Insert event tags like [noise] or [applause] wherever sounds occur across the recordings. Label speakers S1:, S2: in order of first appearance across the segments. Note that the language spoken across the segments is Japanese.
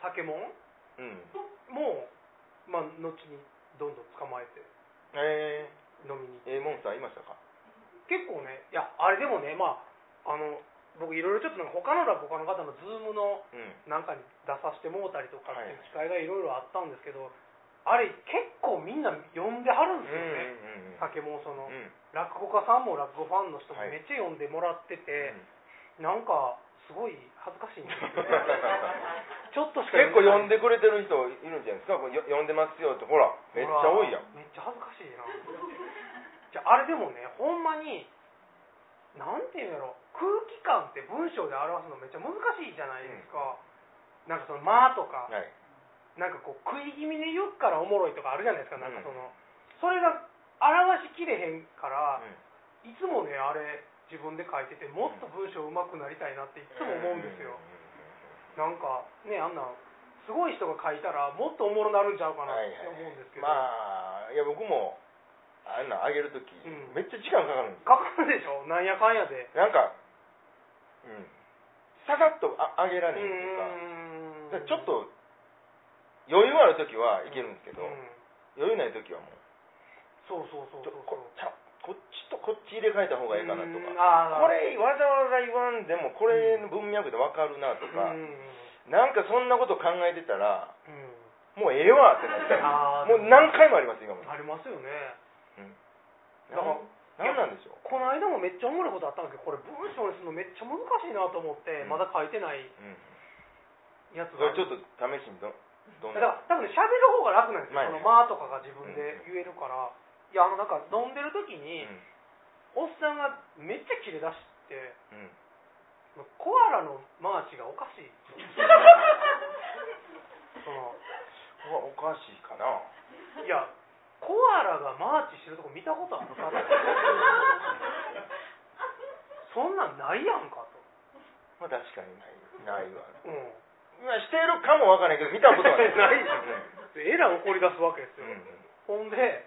S1: ポケモン
S2: うん
S1: も、まあ、後にどんどん捕まえて
S2: え
S1: 飲みに行って
S2: ー、えー、モンスターいましたか
S1: 結構ねいやあれでもねまああの僕いろいろちょっとなんか他のラボ他の方のズームの
S2: うん
S1: なんかに出させてもうたりとかっていう
S2: はい
S1: 機会がいろいろあったんですけど、あれ結構みんな呼んでは
S2: うん
S1: るんですよ
S2: うん
S1: ね、
S2: うん
S1: 酒もその、
S2: うん
S1: 落語家さんも落語ファンの人も
S2: はい
S1: めっちゃ呼んでもらってて、
S2: うん
S1: なんかすごい恥ずかしいんですよね
S2: [laughs]
S1: ちょっとしか
S2: 結構呼ん
S1: で
S2: でくれてる人いるんじゃないですかこれよ呼んでますよってほらめっちゃ多いやん
S1: めっちゃ恥ずかしいなじゃああれでもねほんまになんていうんだろう空気感って文章で表すのめっちゃ難しいじゃないですか、なんかその「間」とか、
S2: はい
S1: なんかこう食い気味で言うからおもろいとかあるじゃないですかなんかその、
S2: う
S1: それが表しきれへんから、
S2: うん
S1: いつもねあれ自分で書いててもっと文章上手くなりたいなっていつも思うんですよ、なんかねあんなすごい人が書いたらもっとおもろなるんちゃうかなって思うんですけど、
S2: まあいや僕もあんなん上げるとき、
S1: うん
S2: めっちゃ時間かかるんですよ
S1: かかるでしょなんやかんやで
S2: なんかうんささっとあ上げられへんっていうか
S1: うーん
S2: だからちょっと余裕あるときはいけるんですけど、
S1: うん
S2: 余裕ないときはもう
S1: そうそうそう
S2: ち
S1: そ
S2: ょ
S1: う
S2: こちゃこっちとこっち入れ替えた方がいいかなと
S1: うん
S2: か
S1: あー
S2: これわざわざ言わんでもこれの文脈でわかるなとか、
S1: うん
S2: なんかそんなこと考えてたら
S1: うん
S2: もうええわってなって
S1: [laughs] あー
S2: もう何回もあります今も
S1: ありますよねだから
S2: 何なんでしょう
S1: この間もめっちゃおもろいことあったんですけどこれ文章にするのめっちゃ難しいなと思って、
S2: うん
S1: まだ書いてない
S2: うん
S1: やつ
S2: そ
S1: が
S2: れちょっと試しにどどん
S1: だ
S2: な
S1: から多分ね喋る方が楽なんですよ、
S2: まあ
S1: そ
S2: ね
S1: の「間」とかが自分で言えるから、いやあのなんか飲んでる時
S2: うん
S1: に、おっさんがめっちゃ切れ出して
S2: うん
S1: コアラのマーチがおかしいその
S2: うわおかしいかない
S1: やコアラがマーチしてるとこ見たことあるかってそんなんないやんかと、
S2: まあ確かにないないわ
S1: うん、
S2: まあしてるかもわからないけど見たことはない
S1: [laughs] ないですよねで [laughs] えらい怒り出すわけです
S2: う
S1: よ、
S2: ん
S1: ほんで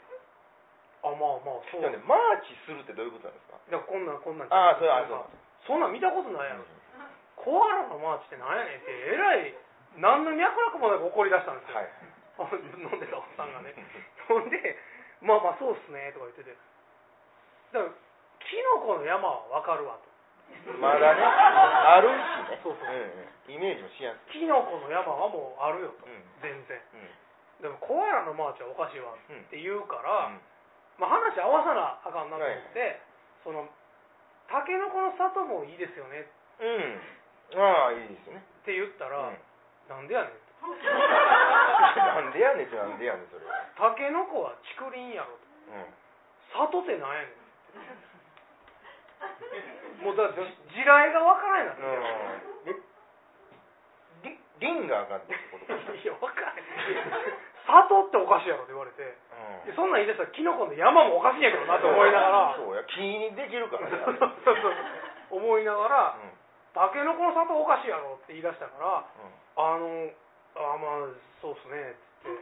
S1: あまあまあそう
S2: でもねマーチするってどういうことなんですか
S1: だからこんなんこんなん
S2: ああそれはそう
S1: なんかそんなん見たことないやろ、コアラのマーチってなんやねんってえらい何の脈絡もなく怒り出したんですよ、
S2: はい
S1: [laughs] 飲んでたおっさんがね [laughs] ほんで、まあまあそうっすねとか言ってて、だから、キノコの山はわかるわと、
S2: まだねあるしね
S1: そうそう
S2: う
S1: ん
S2: んイメージもしやす
S1: キノコの山はもうあるよと、
S2: いうん
S1: 全然。
S2: うん
S1: でも、コアラのマーチはおかしいわっ
S2: うん
S1: て言うか
S2: う
S1: ら、
S2: ん
S1: まあ、話合わさなあかんなと思って、その、タケノコの里もいいですよね
S2: うんああいいですね
S1: って言った
S2: う
S1: ら、
S2: ん
S1: なんでやねんと、
S2: なんでやねんってなんでやねんそれは
S1: タケノコは竹林やろと、
S2: うん
S1: 里ってなんや
S2: [laughs]
S1: ねんって。もうだって地雷がわからんやんな
S2: うんりりリンが上がってる [laughs] ってことか
S1: いや、わか [laughs] んない。砂糖っておかしいやろって言われて、いやそんなん言い出したら、キノコの山もおかしいんやけどなって思いながら、
S2: そうや気にできるからね
S1: そうそうそう [laughs] 思いながら、
S2: うん
S1: タケノコの砂糖おかしいやろって言い出したから、あの、あまあ、そうっすねって言っ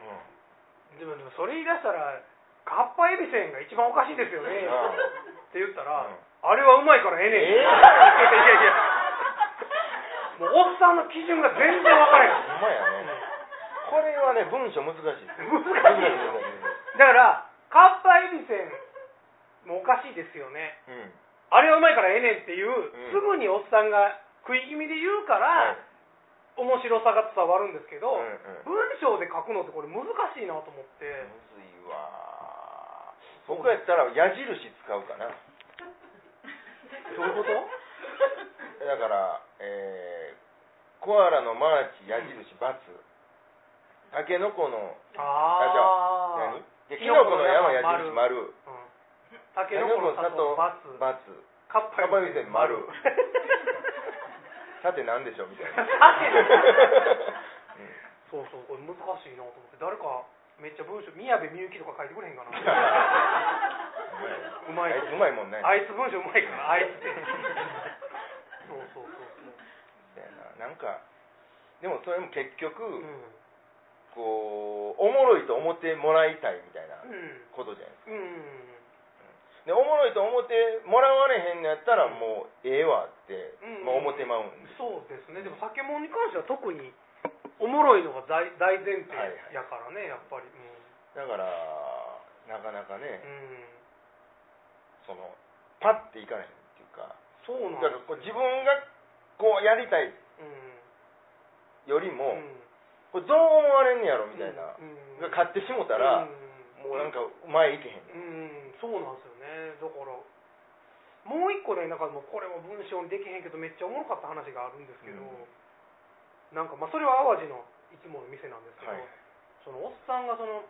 S1: て、でも、でもそれ言い出したら、カッパエビセンが一番おかしいですよねって言ったら、
S2: うん
S1: あれはうま [laughs] いからええねん。
S2: ええ
S1: いやいやいや、もうおっさんの基準が全然わからへん。
S2: ほんまやねこれはね文章難しいです
S1: 難しい
S2: 難しい難し
S1: だから、カッパエビセンもおかしいですよね。
S2: いうん
S1: あれはうまいからええねんっていう、
S2: ん
S1: すぐにおっさんが食い気味で言うから、面白さが伝わるんですけど、
S2: うんうん
S1: 文章で書くのってこれ難しいなと思って、
S2: むずいわ僕やったら矢印使うかな
S1: どういうこと
S2: だから、えーコアラのマーチ矢印×タケノコの
S1: ああ
S2: 何でキノコの山矢印丸
S1: うんタ
S2: タ
S1: ケ
S2: ケ
S1: ノ
S2: ノコ
S1: コ
S2: の
S1: の
S2: 里
S1: 里バツ
S2: バツ
S1: カッパエビセン丸
S2: カッパエビさて何でしょうみたいなうん
S1: そうそうこれ難しいなと思って誰かめっちゃ文章宮部みゆきとか書いてくれへんかな
S2: [laughs]
S1: うまい
S2: あつうまいもんね
S1: あいつ文章うまいからあいつってそうそうそうそ
S2: そうやななんかでもそれも結局、
S1: ううん
S2: こうおもろいと思ってもらいたいみたいな
S1: うん
S2: ことじゃない
S1: うん
S2: でおもろいと思ってもらわれへんのやったらもうええわって、
S1: うん
S2: まあ、思ってまうんで
S1: そうですねでも酒もんに関しては特におもろいのが大大前提
S2: はいはい
S1: やからね、やっぱり。う
S2: だ
S1: ん。
S2: からなかなかね、
S1: うん、
S2: そのパッていかないっていうか
S1: そうなん
S2: だか
S1: で
S2: らこう自分がこうやりたい
S1: す。うん。
S2: よりも、
S1: うん
S2: これどう思われんねやろみたいな、
S1: うん
S2: が買ってしもたら、
S1: うん
S2: もうなんか前いけへん、
S1: うんそうなんですよねだからもう一個ねなんかもうこれも文章にできへんけどめっちゃおもろかった話があるんですけど、
S2: うん
S1: なんかまあそれは淡路のいつもの店なんですけど、
S2: はい
S1: そのおっさんがその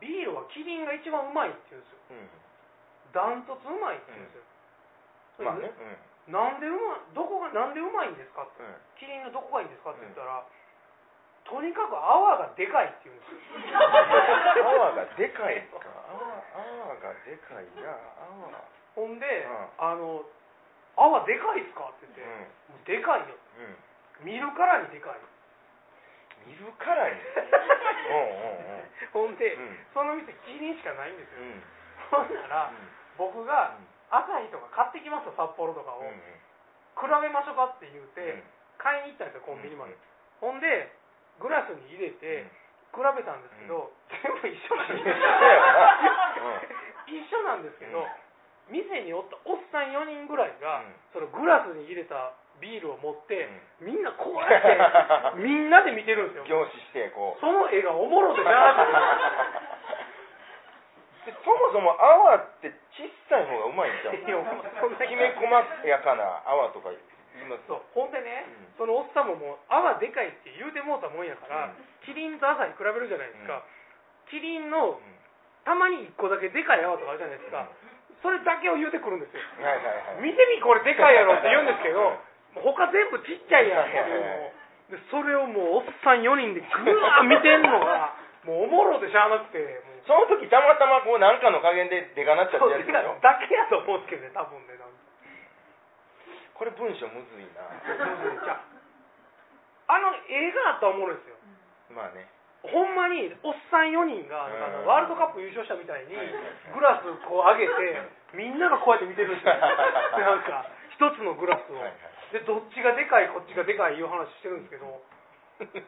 S1: ビールはキリンが一番うまいって言うんですよ
S2: う
S1: ダントツうまいって言うんです
S2: ん、
S1: よ、
S2: まあね、
S1: それなんでうまいどこがなんでうまいんですかって
S2: うんうん
S1: キリンのどこがいいんですかって言ったら、とにかく泡がでかいって言うんですよ
S2: 泡がでかいか泡泡がでかいな泡
S1: ほんで、
S2: ん
S1: あの「泡でかいっすか?」って言って、
S2: うん
S1: もうでかいよ
S2: うん
S1: 見るからにでかい
S2: 見るからに
S1: ほんで、
S2: うん
S1: その店キリンしかないんで
S2: う
S1: すよ、
S2: んうん
S1: ほんなら、僕が朝日とか買ってきますと札幌とかを、
S2: うんうん
S1: 比べましょうかって言うて、
S2: うん
S1: 買いに行ったんですよコンビニまで、
S2: うん
S1: ほんでグラスに入れて、比べたんですけど、全部一緒なんですよ
S2: [laughs]
S1: 一緒なんですけど、
S2: うん
S1: 店におったおっさん4人ぐらいが、
S2: うん
S1: そのグラスに入れたビールを持って、みんなこうや
S2: [laughs]
S1: ってみんなで見てるんですよ
S2: 凝視してこう
S1: その絵がおもろでな
S2: でそもそも泡って小さい方がうまいんじゃん [laughs]
S1: いやお前そんな
S2: きめ細やかな泡とか言います
S1: そうほんでね、
S2: うん
S1: そのおっさんももう泡でかいって言うてもうたもんやから、
S2: うん
S1: キリンと朝に比べるじゃないですか、キリンの
S2: うん
S1: たまに1個だけでかい泡とかあるじゃないですか、それだけを言うてくるんですよ、
S2: はいはいはい
S1: 見てみこれでかいやろって言うんですけどもう他全部ちっちゃいやんっていうのをでそれをもうおっさん4人でぐわー見てんのがもうおもろでしゃあなくてもう
S2: その時たまたまこうなんかの加減ででかなっちゃっ
S1: そう
S2: たや
S1: だ
S2: つで
S1: け
S2: しょ
S1: やと思うんですけどね多分ねなん
S2: [laughs]
S1: か
S2: これ文章むずいな
S1: [laughs] じゃああの映画あったらおもろいですよ
S2: まあね
S1: ほんまにおっさん4人がなんかあ
S2: うん
S1: のワールドカップ優勝したみたいに
S2: はいはいはい
S1: グラスこう上げてみんながこうやって見てるんです
S2: [laughs]
S1: よでなんか一つのグラスを
S2: はいはい
S1: でどっちがでかいこっちがでかいいう話してるんですけど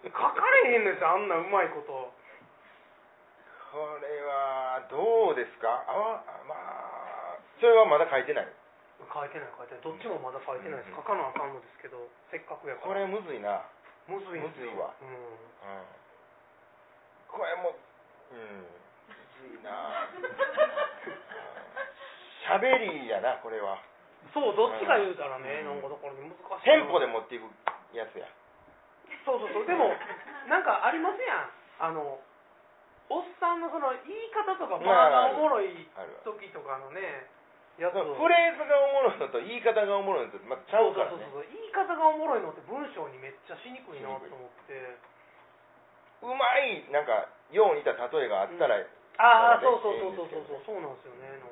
S1: 書かれへんですよあんなうまいこと
S2: これはどうですかあまあそれはまだ書いてない
S1: 書いてない書いてないどっちもまだ書いてないです書かなあかんのですけどせっかくやか
S2: こ
S1: ら
S2: れむずいな、
S1: むずいんですよ
S2: むずいわ
S1: うん
S2: うん、これもうんむずいなしゃべりやなこれは
S1: そうどっちか言うたらね、
S2: うん
S1: なんかだからね難しい
S2: テンポで持
S1: も
S2: っていくやつや
S1: そうそうそうでもなんかありますやんあのおっさんのその言い方とか
S2: まあ
S1: まあおもろい
S2: あるわ
S1: 時とかのねや
S2: フ
S1: つを
S2: レーズがおもろいのと言い方がおもろいのとまたちゃ
S1: そう
S2: う
S1: そ
S2: か
S1: う
S2: ら
S1: そう
S2: ね
S1: そう言い方がおもろいのって文章にめっちゃしにくいなと思って
S2: うまいなんかよう似た例えがあったら、
S1: ああ
S2: そ
S1: そう
S2: そ
S1: うそう
S2: そ
S1: うそううそうそうそうそうなんですよねなんか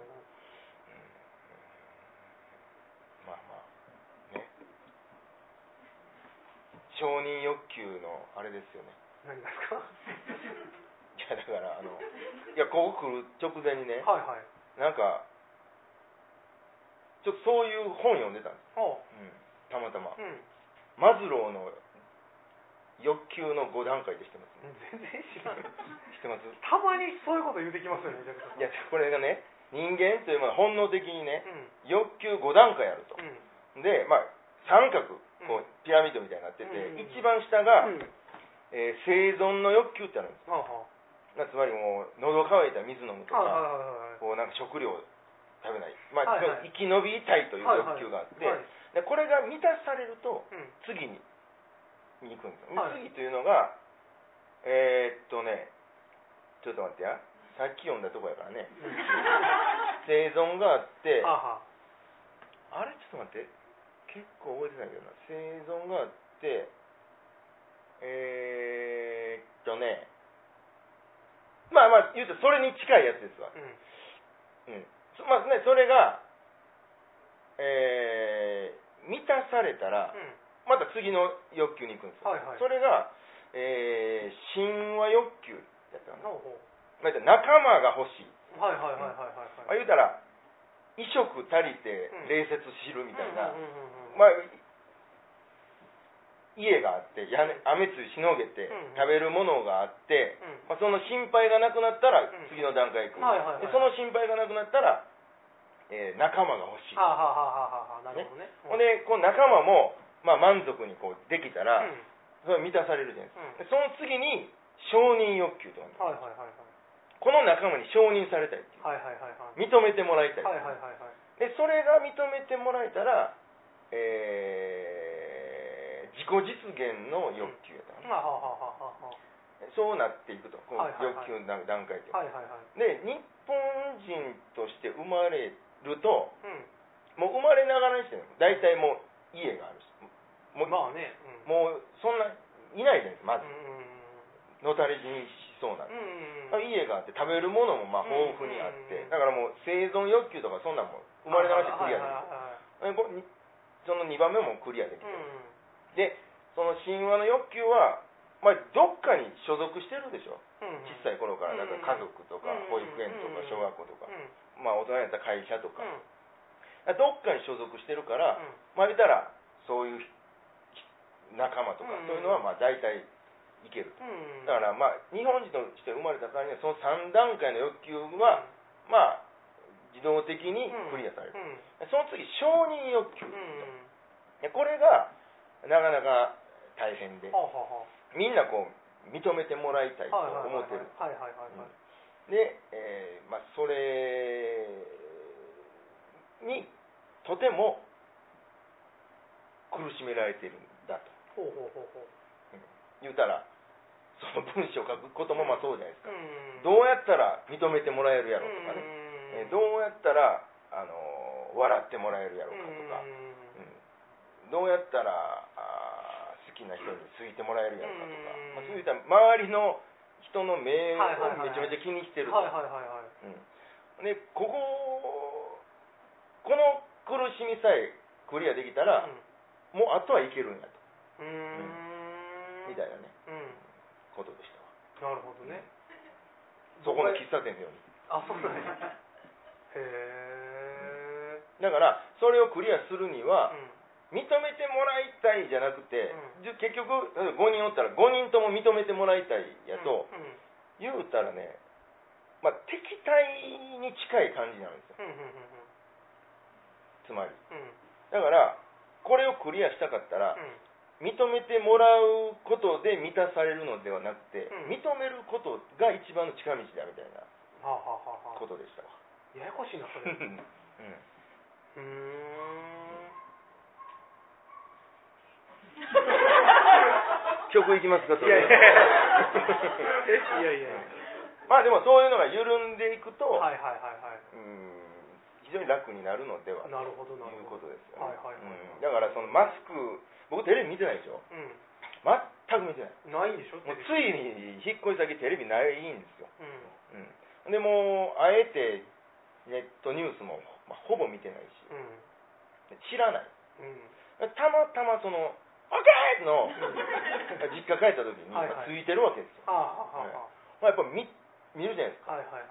S2: まあまあね承認欲求のあれですよね
S1: 何がですか
S2: いやだからあのいやここ来る直前にね
S1: はいはい
S2: なんかちょっとそういう本読んでたんで
S1: あ
S2: す、たまたま
S1: うん
S2: マズローの欲求の5段階でしてます
S1: 全然知らん
S2: 知ってますい
S1: たまにそういうこと言うてきますよねめちゃくち
S2: や
S1: ゃ
S2: これがね人間というものは本能的にね
S1: うん
S2: 欲求5段階あると
S1: うん
S2: でまあ三角こう
S1: うん
S2: ピラミッドみたいになってて、
S1: うん
S2: 一番下が、
S1: うん
S2: えー生存の欲求ってあるんで
S1: はあは
S2: すなつまりもう喉乾いたら水飲むと
S1: あは
S2: か、
S1: いはいはいはい
S2: こうなんか食料食べない、まあ
S1: はいはい
S2: つまり生き延びたいという欲求があって、
S1: はいはい
S2: でこれが満たされると
S1: うん
S2: 次にに行くんですよ、
S1: はい
S2: 次というのがえーっとねちょっと待ってやさっき読んだとこやから
S1: [laughs]
S2: ね生存があって
S1: はあはあ
S2: あれちょっと待って結構覚えてないけどな生存があってえー、っとねまあまあ言うとそれに近いやつですわ
S1: うん
S2: うんそまあねそれがえー、満たされたら、
S1: う
S2: また次の欲求に行くんですよ、
S1: はいはい
S2: それが、えー、親和欲求やったか
S1: ん
S2: な
S1: ほうほう
S2: まあ言ったら仲間が欲しい、
S1: はいはいはいは
S2: まあ
S1: いはいは
S2: 言う
S1: い
S2: たら衣食足りて
S1: うん
S2: 礼節知るみたいな、
S1: うんうんうんうん
S2: まあ家があって屋根雨露しのげて
S1: うん
S2: 食べるものがあって、ま
S1: うん
S2: あ、その心配がなくなったら
S1: ん
S2: 次の段階行く、
S1: はいはいはい
S2: でその心配がなくなったら、えー仲間が欲しい、
S1: はあ、はあはあはあはあ、なるほどね。
S2: ほんでこの仲間も、まあ、満足にこうできた
S1: うん、
S2: ら、
S1: うん
S2: それは満たされるじゃない
S1: うん
S2: ですか、でその次に承認欲求とかね
S1: はいはいはいは
S2: この仲間に承認されたいっていう
S1: い。はいはいはいはい。
S2: 認めてもらいたい,、
S1: はいはいはいは
S2: で
S1: い。
S2: それが認めてもらえたら、えー自己実現の欲求やったのね
S1: はあはあはあはあは
S2: そうなっていくと、こう
S1: はいはいはい
S2: 欲求の段階で、
S1: あ。はいはいはい。
S2: で、日本人として生まれると、
S1: うん。
S2: もう生まれながらにしてね、大体もう家があるし、もう,、
S1: まあね。う
S2: もう
S1: ん。
S2: そんないないじゃないですか、まずの
S1: う、ん
S2: たれ死にしそうな。
S1: うんうん。うん。
S2: 家があって食べるものもまあ豊富にあって、だからもう生存欲求とかそんなんも生まれながらしてクリア
S1: は
S2: で
S1: いはいは
S2: きる
S1: いはい
S2: えこにその2番目もクリアでき
S1: う
S2: る、
S1: ん。
S2: でその神話の欲求は、まあ、どっかに所属してるでしょ
S1: うんうん。
S2: 小さい頃からだから家族とか
S1: うん
S2: 保育園とか
S1: うん
S2: 小学校とか
S1: うん。うん。
S2: まあ大人やったら会社とか
S1: う
S2: ど
S1: ん。
S2: っかに所属してるか
S1: う
S2: ら
S1: ん
S2: まあ言ったらそういう仲間とか
S1: うん
S2: そういうのはまあ大体いける
S1: うん。
S2: だからまあ日本人として生まれたからにはその3段階の欲求はまあ自動的にクリアされ
S1: う
S2: る
S1: ん。
S2: その次承認欲求
S1: うん。
S2: でこれがなかなか大変で
S1: はあはあは
S2: みんなこう認めてもらいたいと
S1: あ。はいはい
S2: 思ってる
S1: はいはいはいはいはい。
S2: で、えーまあ、それにとても苦しめられてるんだと
S1: ほうほうほうほう。
S2: 言うたらその文章を書くこともまあそうじゃないですか、
S1: うん。
S2: どうやったら認めてもらえるやろうとかね、えーど
S1: う
S2: うやったら、あのー笑ってもらえるやろうかとか、うんどうやったらあー好きな人についてもらえるやろうかとか、まあ、そういった周りの人の目
S1: はいは
S2: を
S1: いはいはい
S2: めちゃめちゃ気にしてるとか
S1: はいはいはいは
S2: う
S1: い。
S2: ん、でこここの苦しみさえクリアできたら、もうあとはいけるんやと
S1: うん。うん。
S2: みたいなね
S1: うん。
S2: ことでしたわ
S1: なるほどね。
S2: そこの喫茶店のように
S1: あ、そうなんや。へえ。
S2: だからそれをクリアするに
S1: う
S2: は、
S1: ん。
S2: 認めてもらいたいじゃなくて、
S1: うん
S2: じゃ結局5人おったら5人とも認めてもらいたいやと、
S1: うん。
S2: 言うたらね、まあ、敵対に近い感じなんですよ
S1: うん。うん。うん。
S2: つまり
S1: うん。
S2: だからこれをクリアしたかったら、
S1: うん。
S2: 認めてもらうことで満たされるのではなくて、
S1: うん
S2: 認めることが一番の近道だみたいな
S1: はあはあはあは
S2: ことでしたわ。
S1: あ。ややこしいな、そ
S2: [laughs] う
S1: れ。
S2: ん
S1: うーん。
S2: 曲いきますか、それ。 [laughs]
S1: いやいやいや。
S2: まあでもそういうのが緩んでいくと、
S1: はいはいはいはい。
S2: うん非常に楽になるのではと
S1: なるほどなる
S2: いう
S1: ほ
S2: こ
S1: ど。
S2: とですよ、
S1: はいはいはい
S2: うんだからそのマスク、僕テレビ見てないでしょ。
S1: う
S2: 全く見てない。
S1: ん。ないんでしょ
S2: もう
S1: テレビ
S2: ついに引っ越し先テレビないんですよ。
S1: うん。
S2: うん、でもうあえてネットニュースも、まあ、ほぼ見てないし
S1: うん。
S2: 知らない
S1: うん。
S2: たまたまその「オッケー!」の実家帰った時に、
S1: はい
S2: ま
S1: は
S2: あ
S1: い
S2: ついてるわけですよ、
S1: はあはあは
S2: まあ、やっぱ見見るじゃないですか
S1: あ。はいはいはい。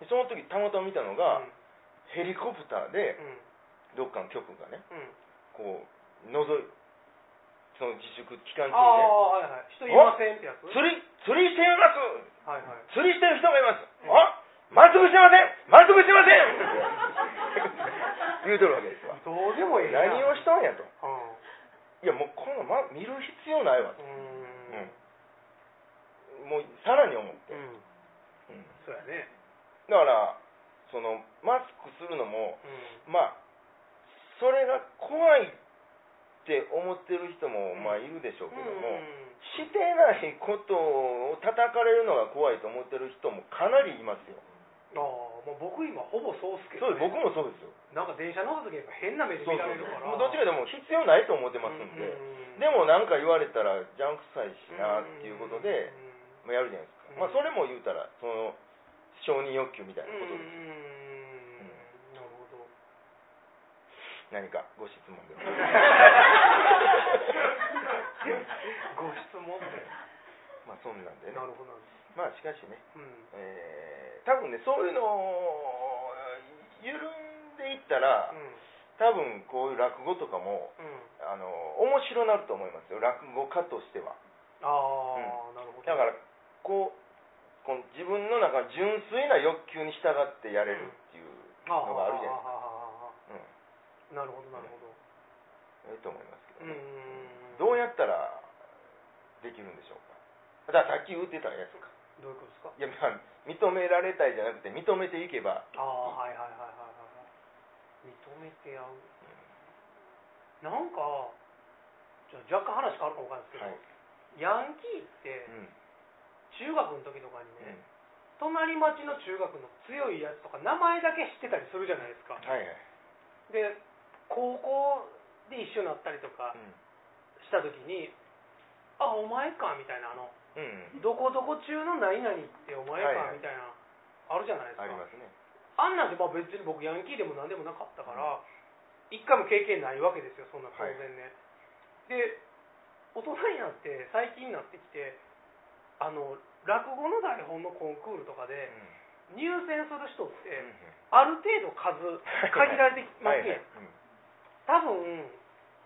S2: でその時たまたま見たのが、ヘリコプターで
S1: うん。
S2: どっかの局がね
S1: うん。うん。
S2: こうのぞいその自粛期間
S1: あ
S2: 中
S1: あ、はいはい。人いませんってやつ
S2: にね釣り釣りしています
S1: はいはい。
S2: 釣りしてる人がいます。
S1: うん
S2: あまっすぐしてませんまっすぐしてません [laughs] 言うとるわけですわ。
S1: どうでもいいな。
S2: 何をし
S1: う
S2: たんやと。
S1: ん。
S2: いや、もうこの、ま、見る必要ないわ
S1: う
S2: と。
S1: ーん。
S2: もう、さらに思って。
S1: うん。
S2: うん
S1: そうやね。
S2: だから、その、マスクするのも、
S1: うん。
S2: まあ、それが怖いって思ってる人も、まあ、いるでしょうけども、してないことを叩かれるのが怖いと思ってる人もかなりいますよ。
S1: ああ、もう僕今ほぼそうっすけ
S2: そう
S1: ど、
S2: です、
S1: ね。
S2: 僕もそうですよ。
S1: なんか電車乗った時やっぱ変な目で見られるから。
S2: もうどっちかでも必要ないと思ってますんで、
S1: うん
S2: でもなんか言われたら邪魔くさいしなっていうことで、まあやるじゃないですか、まあ、それも言うたらその承認欲求みたい
S1: うん
S2: な
S1: うん
S2: こと
S1: う
S2: です、
S1: んなるほど。
S2: 何かご質問
S1: [laughs]
S2: でも
S1: ご質問で。
S2: まあそんなんでね
S1: なるほどなんで
S2: まあしかしね、
S1: す。うん。
S2: えー、多分ねそういうのを緩んでいったら
S1: うん。
S2: 多分こういう落語とかも
S1: うん。
S2: ああの面白なると思いますよ落語家としては
S1: ああ、なるほど。
S2: だからこうこの自分の中の純粋な欲求に従ってやれるっていうのがあるじゃないですか、うん
S1: なるほど、なるほど。
S2: ええと思いますけ
S1: う
S2: ど、ね
S1: ん。
S2: どうやったらできるんでしょうかだからさっき言ってたやつか
S1: どういうこと
S2: いや
S1: ですか
S2: まあ認められたいじゃなくて認めていけば
S1: ああ、はいはいはいはいはい。認めてやう。なんか、ちょっと若干話変わるかもわかんないですけど、
S2: はい
S1: ヤンキーって
S2: う、ん、
S1: 中学の時とかにね、隣町の中学の強いやつとか、名前だけ知ってたりするじゃないですか。
S2: はいはい、
S1: で、高校で一緒になったりとか
S2: うん
S1: した時に、あ、お前か、みたいな、あの、
S2: うん、
S1: どこどこ中の何々ってお前か
S2: はいはい
S1: みたいな、あるじゃない
S2: あ
S1: ですか
S2: りますね
S1: あんなんでまあ別に僕ヤンキーでも何でもなかったから、一回も経験ないわけですよそんな当然ね、で大人になって最近になってきてあの落語の台本のコンクールとか
S2: う
S1: で
S2: ん
S1: 入選する人っ
S2: うん
S1: てある程度数限られてきま
S2: はい
S1: す
S2: はい
S1: ね、多分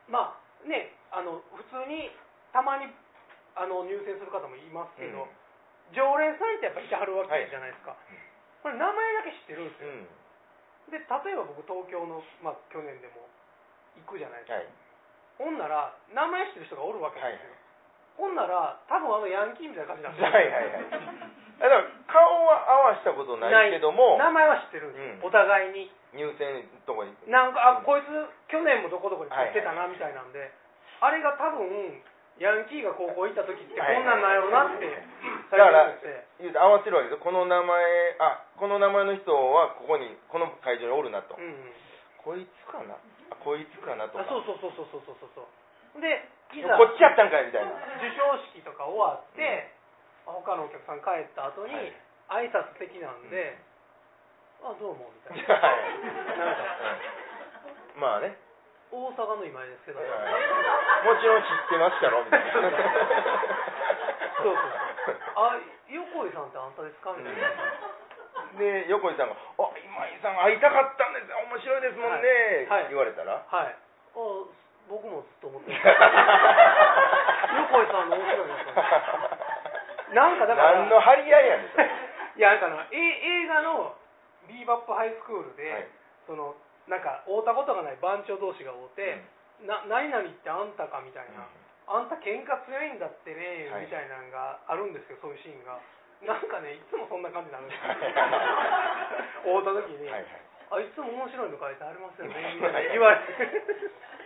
S1: まあねあの普通にたまにあの入選する方もいます
S2: うん
S1: け
S2: うん
S1: ど、常連さんってやっぱいてはるわけじゃないですか、これ名前だけ知ってるんです
S2: う
S1: よ、
S2: ん
S1: で例えば僕東京の、まあ、去年でも行くじゃないですか、
S2: はい
S1: ほんなら名前知ってる人がおるわけ
S2: はい
S1: ですよ、ほんなら多分あのヤンキーみたいな感じなんですよ
S2: はいはいはいだから顔は合わしたことないけども
S1: 名前は知ってるんです
S2: うん
S1: よ、お互いに
S2: 入選のとこに
S1: なんかあこいつ去年もどこどこに買ってたなみたいなんで、あれが多分ヤンキーが高校行った時ってこんなんなんやろなって
S2: だから
S1: 最
S2: 言う
S1: 近思って
S2: と合わせるわけですよこの名前あこの名前の人はここにこの会場におるなと、
S1: うんうん
S2: こいつかなあこいつかなとか
S1: あそうそうそうそうそうそうそうでいざ
S2: こっちやったんかいみたいな
S1: 授賞式とか終わって、他のお客さん帰った後に、挨拶的なんで、あどうもみたい
S2: [laughs]
S1: ななんか
S2: うんまあね、
S1: 大阪の今井ですけど、
S2: はいもちろん知ってますからみたいな
S1: そうそう
S2: [laughs]
S1: そうあ横井さんってあんたですかみたいな、
S2: で横井さんが「あ今井さん会いたかったんですよ面白いですもんね」
S1: はいはい
S2: 言われたら
S1: はいあ僕もずっと [laughs] 思ってました横井さんの面白いなと思ってなんかだから
S2: 何の張り合いやねんそれ
S1: い [laughs] やなんかあのえ映画の「ビーバップハイスクールで」
S2: はい
S1: そのなんか会ったことがない番長同士が会って、な何々ってあんたかみたいな、あんた喧嘩強いんだってね、
S2: はい
S1: みたいなのがあるんですけどそういうシーンがなんかねいつもそんな感じになるん [laughs] ですよ会った時
S2: うん
S1: に、
S2: はいはい
S1: い、あいつも面白いの書いてありますよね [laughs] みた
S2: はいい
S1: な言われて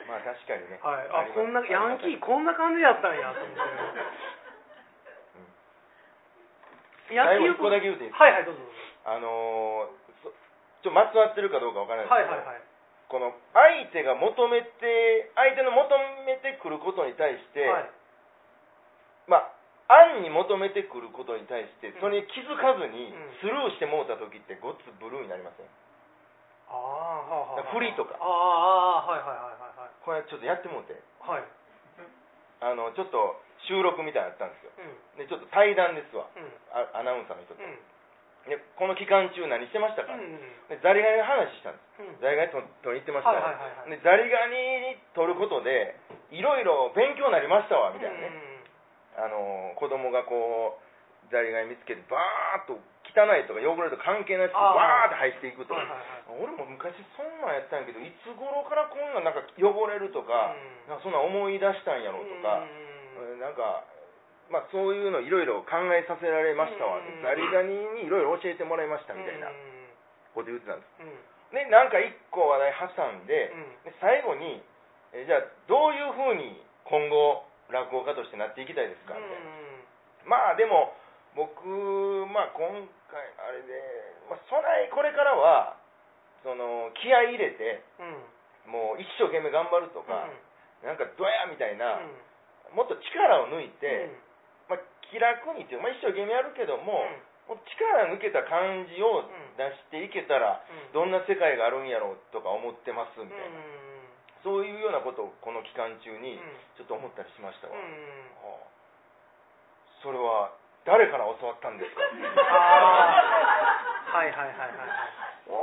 S2: まあ確かにね
S1: はい
S2: り
S1: あ
S2: ます
S1: こんなヤンキーこんな感じやったんやと思って、野
S2: 最後一
S1: 球
S2: 個だけ言うていいですか
S1: はいはいどうぞどうぞ
S2: あのーそちょまつわってるかどうかわからないです
S1: は
S2: け
S1: い
S2: ど、
S1: はいはい
S2: この相手が求めて相手の求めてくることに対して、
S1: はい
S2: まあ案に求めてくることに対して
S1: う
S2: そ
S1: ん
S2: れに気づかずに
S1: うん
S2: スルーしてもうた時ってごっつブルーになりません、
S1: ああはあはあ
S2: フリーとか
S1: ああああはいはいは
S2: これちょっとやってもうて
S1: いはいはい
S2: あの
S1: はい
S2: ちょっと収録みたいなのあったんですよで
S1: うん
S2: ちょっと対談ですわ
S1: うん
S2: あアナウンサーの人と、
S1: うん
S2: でこの期間中何してましたか、
S1: うんうん
S2: でザリガニの話したんです
S1: うん
S2: ザリガニと取りに行ってました、
S1: はいはいは
S2: で
S1: いはい
S2: ザリガニに取ることでいろいろ勉強になりましたわみたいなね、あの子供がこうザリガニ見つけてバーッと汚いとか汚れとか関係ないやつに
S1: あー
S2: バーッと入っていくと、
S1: はいは
S2: 俺
S1: いはい
S2: も昔そんなんやったんやけどいつ頃からこんななんか汚れるとか,、
S1: う
S2: なん
S1: ん
S2: かそんなん思い出したんやろうとか、
S1: う
S2: うん
S1: ん
S2: なんか、まあ、そういうのいろいろ考えさせられましたわ、
S1: うん
S2: ザリガニにいろいろ教えてもらいましたみたいな
S1: う
S2: こと言ってたんです
S1: んう
S2: で
S1: ん
S2: なんか一個話題挟んで,、で
S1: うん
S2: 最後にえじゃあどういうふうに今後落語家としてなっていきたいですかみたいな。まあでも僕、まあ、今回あれで、まあ、そないこれからはその気合い入れて
S1: うん
S2: もう
S1: うん
S2: 一生懸命頑張るとか、
S1: うん
S2: なんかドヤみたいな、
S1: うん
S2: もっと力を抜いて、
S1: うん
S2: まあ、気楽にっていう、まあ、一生懸命やるけども,、
S1: うん
S2: もう力抜けた感じを
S1: うん
S2: 出していけたら、
S1: うん
S2: どんな世界があるんやろうとか思ってますみたいな、
S1: うん
S2: そういうようなことをこの期間中に
S1: うん
S2: ちょっと思ったりしましたわ。
S1: うん
S2: はあそれは誰から教わったん
S1: [laughs]
S2: ですか
S1: あーはいはいはいはいはい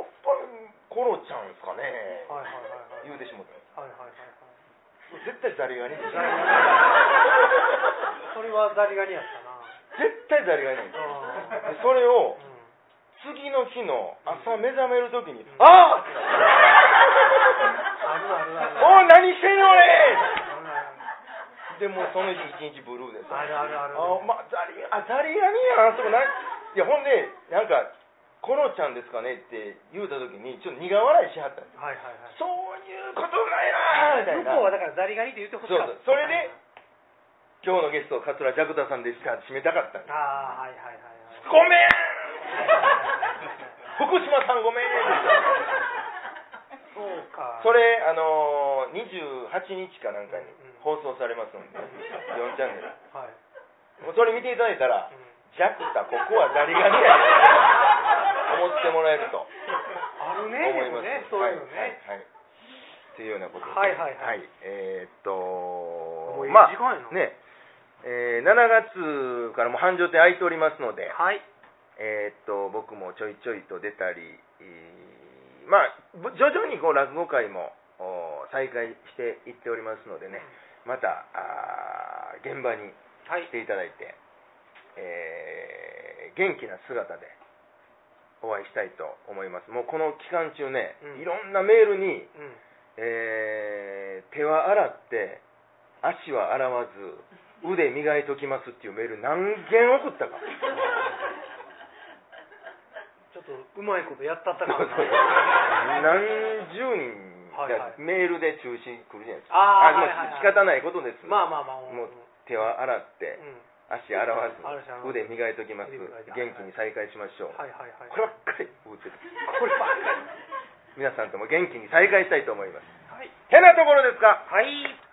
S2: やっぱりコロちゃんですかね、
S1: はいはいはいはい
S2: 言うてしもた
S1: はいはいはいはい
S2: 絶対ザリガニ
S1: ザリガニそれはザリガニやったな
S2: 絶対ザリガニ
S1: うん
S2: でそれを
S1: うん
S2: 次の日の朝目覚めるときに「
S1: ん
S2: あ
S1: あるあるある
S2: おい何してんの俺!」
S1: あ
S2: でもうその日一日ブルーです
S1: るあるある
S2: あ、まあ、ザリあザリガニやんそこないいやほんでなんか「コロちゃんですかね?」って言うた時にちょっと苦笑いしはったんです
S1: はいはいはい
S2: そういうことないなみたい
S1: 向
S2: な
S1: こうはだからザリガニって言ってほしかった
S2: そうそうそれで今日のゲスト桂ジャクダさんでしたって締めたかったんです
S1: ああはいはいはいはい
S2: ごめん福島さんごめん
S1: そうか
S2: それあのー、28日かなんかに
S1: うん
S2: 放送されますので4チャンネル
S1: はい、
S2: もうそれ見ていただいたら
S1: うん
S2: ジャクタここはザリガニやで
S1: [laughs]
S2: 思ってもらえると
S1: あるね
S2: 思い
S1: でも
S2: ます
S1: ねそういうの
S2: はい
S1: ね、
S2: はいはいっていうようなことで
S1: はいはいはい
S2: えーっと
S1: もういい
S2: まあ
S1: 時間やな
S2: ねえー7月からも繁盛店開いておりますので、
S1: はい、
S2: えーっと僕もちょいちょいと出たり、えーまあぶ徐々にこう落語会もお再開していっておりますのでねまたあー現場に
S1: はい
S2: 来ていただいて、えー元気な姿でお会いしたいと思いますもうこの期間中ね、
S1: うん
S2: いろんなメールに、
S1: うん
S2: えー手は洗って足は洗
S1: [laughs]
S2: わず腕磨いときますっていうメール何件送
S1: [laughs]
S2: ったか
S1: ちょっとうまいことやったったか
S2: そう
S1: ら
S2: そう
S1: な
S2: 何十人
S1: はい
S2: が
S1: はい
S2: メールで中止来るじゃないですか、
S1: あ
S2: も
S1: ー
S2: う
S1: はいはいはい
S2: 仕方ないことです、
S1: まあまあまあ
S2: もう手は洗って
S1: うん、
S2: 足洗わず
S1: うん足洗わず
S2: 腕磨いときます
S1: 腕
S2: 元
S1: 磨いて
S2: 気に再開しましょう、
S1: はいはいはい
S2: こればっかり打ってる
S1: こればっ [laughs] かり
S2: 皆さんとも元気に再開したいと思います
S1: はい
S2: 変なところですか
S1: はい